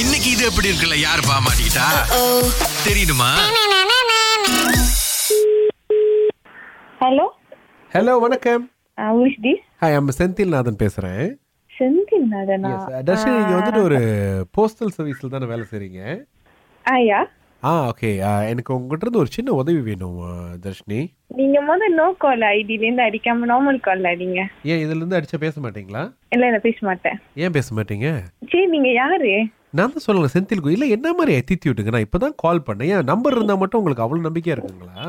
இன்னைக்கு இது எப்படி இருக்குல்ல யார் பாமாட்டா தெரியுமா ஹலோ ஹலோ வணக்கம் விஷ் தி ஹாய் நம்ம செந்தில்நாதன் பேசுறேன் செந்தில் நாதனா எஸ் தர்ஷினி நீங்க வந்துட்டு ஒரு போஸ்டல் சர்வீஸ்ல தானே வேலை செய்றீங்க ஐயா ஆ ஓகே எனக்கு உங்ககிட்ட இருந்து ஒரு சின்ன உதவி வேணும் uh, ஆ, தர்ஷினி நீங்க முத நோ கால் ஐடில இருந்து அடிக்காம நார்மல் கால் அடிங்க ஏன் இதுல இருந்து அடிச்சா பேச மாட்டீங்களா இல்ல நான் பேச மாட்டேன் ஏன் பேச மாட்டீங்க சரி நீங்க யாரு நான் தான் சொல்லல செந்தில் கோ- இல்ல என்ன மாதிரி தித்தி விட்டுங்க நான் இப்பதான் கால் பண்ணேன் ஏன் நம்பர் இருந்தா மட்டும் உங்களுக்கு அவ்வளவு நம்பிக்கையா இருக்குங்களா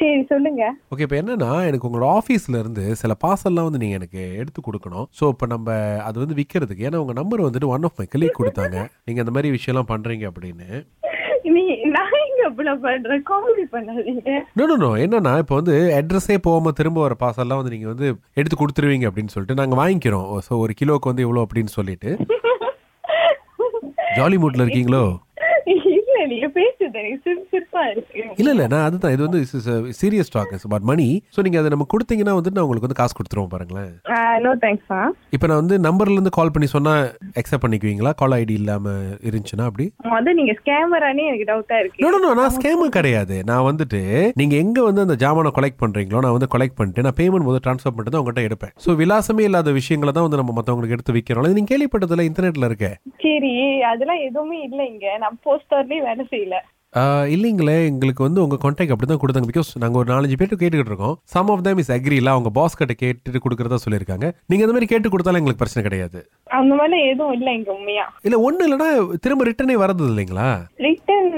சரி சொல்லுங்க ஓகே இப்போ என்னன்னா எனக்கு உங்களோட ஆஃபீஸ்ல இருந்து சில பார்சல்லாம் வந்து நீங்கள் எனக்கு எடுத்து கொடுக்கணும் ஸோ இப்போ நம்ம அது வந்து விற்கிறதுக்கு ஏன்னா உங்கள் நம்பர் வந்துட்டு ஒன் ஆஃப் மை கிளிக் கொடுத்தாங்க நீங்கள் அந்த மாதிரி விஷயம்லாம் பண்ணுறீங்க அப்படின்னு நீ நான் எங்க இவ்வளவு பண்றேன் காமெடி பண்ணாதீங்க நோ நோ நோ என்னன்னா இப்போ வந்து அட்ரஸே போகாமல் திரும்ப வர பார்சல்லாம் வந்து நீங்கள் வந்து எடுத்து கொடுத்துருவீங்க அப்படின்னு சொல்லிட்டு நாங்கள் வாங்கிக்கிறோம் ஸோ ஒரு கிலோவுக்கு வந்து இவ்வளோ அப்படின்னு சொல்லிட்டு ஜாலி மூட்டில் இருக்கீங்களோ இல்ல நீங்க பேசுறது எனக்கு சிரிப்பு சிரிப்பா இருக்கு இல்லை இல்லை நான் அதுதான் இது வந்து சீரியஸ் டாக் இஸ் பட் மணி ஸோ நீங்கள் அதை நம்ம கொடுத்தீங்கன்னா வந்துட்டு நான் உங்களுக்கு வந்து காசு கொடுத்துருவோம் பாருங்களேன் நோ தேங்க்ஸ் ஆ இப்போ நான் வந்து நம்பர்லேருந்து கால் பண்ணி சொன்னால் அக்செப்ட் பண்ணிக்குவீங்களா கால் ஐடி இல்லாமல் இருந்துச்சுன்னா அப்படி முத நீங்க ஸ்கேமரானே எனக்கு டவுட்டா இருக்கு நோ நோ நான் ஸ்கேமர் கிடையாது நான் வந்துட்டு நீங்க எங்க வந்து அந்த ஜாமானை கொலெக்ட் பண்றீங்களோ நான் வந்து கொலெக்ட் பண்ணிட்டு நான் பேமெண்ட் முதல் ட்ரான்ஸ்ஃபர் பண்ணிட்டு தான் உங்ககிட்ட எடுப்பேன் ஸோ விலாசமே இல்லாத விஷயங்களை தான் வந்து நம்ம மற்றவங்களுக்கு எடுத்து விற்கிறோம் இது நீங்க கேள்விப்பட்டதுல இன்டர்நெட்ல இருக்க சரி அதெல்லாம் எதுவுமே இல்ல இங்க நான் போஸ்டர்லயும் வேலை செய்யல ஆஹ், இல்லைங்களே எங்களுக்கு வந்து உங்க கான்டாக்ட் அப்படி தான் கொடுத்தாங்க பிகாஸ் நாங்க ஒரு நாலஞ்சு பேர்ட்டு கேட்டுக்கிட்டு இருக்கோம் some of them is agree இல்ல அவங்க பாஸ் கிட்ட கேட்டுட்டு கொடுக்கறதா சொல்லியிருக்காங்க நீங்க அந்த மாதிரி கேட்டு கொடுத்தாலும் எங்களுக்கு பிரச்சனை கிடையாது அந்த மாதிரிலாம் எதுவும் இல்ல இங்க உண்மையா இல்ல ஒண்ணு இல்லைன்னா திரும்ப ரிட்டர்னே வரது இல்லைங்களா ரிட்டர்ன்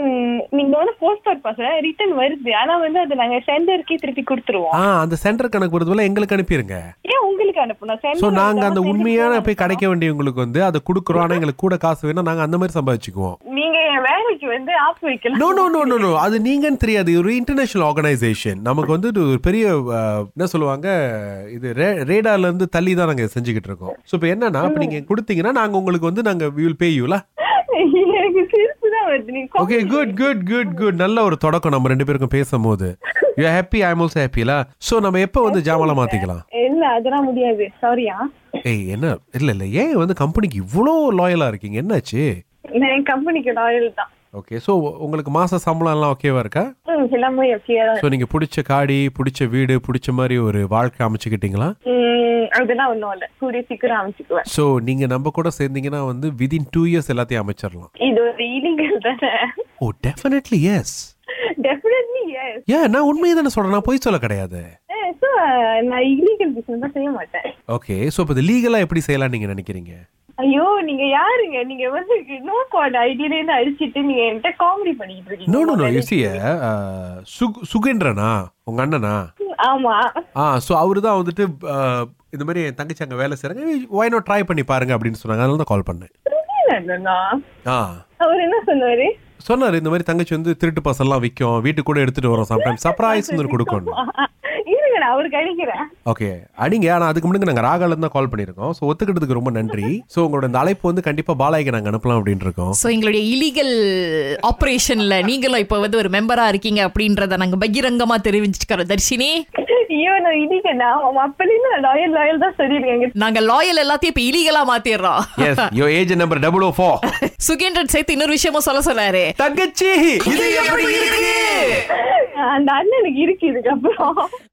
நீங்க வந்து போஸ்ட் கார்ட் பாசல ரிட்டர்ன் வருது ஆனா வந்து அது நாங்க சென்டருக்கே திருப்பி கொடுத்துருவோம் ஆ அந்த சென்டர் கணக்கு போகிறதுல எங்களுக்கு அனுப்பிடுங்க ஏன் உங்களுக்கு அனுப்பணும் ஸோ sender நாங்க வந்தா அந்த sender உண்மையான அனுப்பணும். போய் கிடைக்க வேண்டியவங்களுக்கு வந்து அதை கொடுக்குறோம் ஆனா எங்களுக்கு கூட காசு வேணா நாங்க அந்த மாதிரி சம்பாதிச்சுக்குவோம் நீங்க என் வேலைக்கு வந்து ஆப் வைக்கலாம் no no no no no அது நீங்கன்னு தெரியாது இது ஒரு இன்டர்நேஷனல் ஆர்கனைசேஷன் நமக்கு வந்து இது ஒரு பெரிய அஹ், என்ன சொல்லுவாங்க இது ரே- ரேடார்ல இருந்து தள்ளி தான் நாங்க செஞ்சுக்கிட்டு இருக்கோம் ஸோ இப்போ என்னன்னா இப்போ நீங்க கொடுத்தீங்கன்னா நாங்க உங்களுக்கு வந்து நாங்க we will pay you யூல எனக்கு சிரிப்பு தான் வருது நீங்க okay good good good good நல்ல ஒரு தொடக்கம் நம்ம ரெண்டு பேருக்கும் பேசும்போது யூ ஹாப்பி ஐ ஆல்சோ ஹாப்பில ஸோ நம்ம எப்போ வந்து ஜாமால மாத்திக்கலாம் இல்ல அதெல்லாம் முடியாது சாரியா ஏய் என்ன இல்ல இல்ல ஏன் வந்து கம்பெனிக்கு இவ்வளோ லாயலா இருக்கீங்க என்னாச்சு நான் என் கம்பெனிக்கு லாயல் தான் ஓகே ஸோ உங்களுக்கு மாச சம்பளம் எல்லாம் ஓகேவா இருக்கா ம், எல்லாமே எப்படியா தான் ஸோ நீங்க பிடிச்ச காடி பிடிச்ச வீடு பிடிச்ச மாதிரி ஒரு வாழ்க்கை அமைச்சுக்கிட்டீங்களா ம், அதெல்லாம் ஒண்ணும் இல்ல கூடிய சீக்கிரம் அமைச்சுக்குவேன் ஸோ நீங்க நம்ம கூட சேர்ந்தீங்கன்னா வந்து விதின் டூ இயர்ஸ் எல்லாத்தையும் அமைச்சிடலாம் இது ஒரு இலிங்கல் தானே oh definitely yes definitely yes ஏன் நான் உண்மையை தானே சொல்றேன் நான் பொய் சொல்ல கிடையாது ஸோ uh, நான் இல்லீகல் பிசினஸ் தான் செய்ய மாட்டேன் ஓகே ஸோ இப்போ இது லீகலா எப்படி செய்யலாம் நீங்க நினைக்கிறீங்க ஐயோ நீங்க யாருங்க நீங்க வந்து நோ கார்டு ஐடியில இருந்து அடிச்சிட்டு நீங்க என்கிட்ட காமெடி பண்ணிட்டு நோ நோ நோ இருக்கீங்க யூ சிய uh, சுகேந்திரனா உங்க அண்ணனா ஆமா ஆ ஸோ அவரு தான் வந்துட்டு அஹ், இந்த மாதிரி என் தங்கச்சி அங்கே வேலை செய்கிறாங்க why not ட்ரை பண்ணி பாருங்க அப்படின்னு சொன்னாங்க அதனால தான் கால் பண்ணேன் புரியலண்ணா ஆ அவர் என்ன சொன்னாரு சொன்னாரு இந்த மாதிரி தங்கச்சி வந்து திருட்டு பசல்லாம் விற்கும் வீட்டுக்கு கூட எடுத்துட்டு வரோம் சம்டைம் சர்ப்ரைஸ் வந்து கொடுக்கணும் இருங்க நான் அவருக்கு அடிக்கிறேன் ஓகே அடிங்க ஆனா அதுக்கு முன்னாடி நாங்க ராகால தான் கால் பண்ணிருக்கோம் ஸோ ஒத்துக்கிட்டதுக்கு ரொம்ப நன்றி ஸோ உங்களோட இந்த அழைப்பு வந்து கண்டிப்பா பாலாய்க்கு நாங்க அனுப்பலாம் அப்படின்னு இருக்கோம் சோ எங்களுடைய இலீகல் ஆபரேஷன்ல நீங்களும் இப்ப வந்து ஒரு மெம்பரா இருக்கீங்க அப்படின்றத நாங்க பகிரங்கமா தெரிவிச்சிருக்கிறோம் தர்ஷினி ஐயோ நான் இடிக்கண்ணா அவன் அப்பலேருந்து நான் லாயல் லாயல் தான் சொல்லியிருக்கேங்க நாங்க லாயல் எல்லாத்தையும் இப்ப இலீகலா மாத்திடுறோம் yes your age number double O four Sukendran சேர்த்து இன்னொரு விஷயமும் சொல்ல சொன்னாரு தங்கச்சி இது எப்படி இருக்கு அந்த அண்ணனுக்கு இருக்கு இதுக்கப்புறம்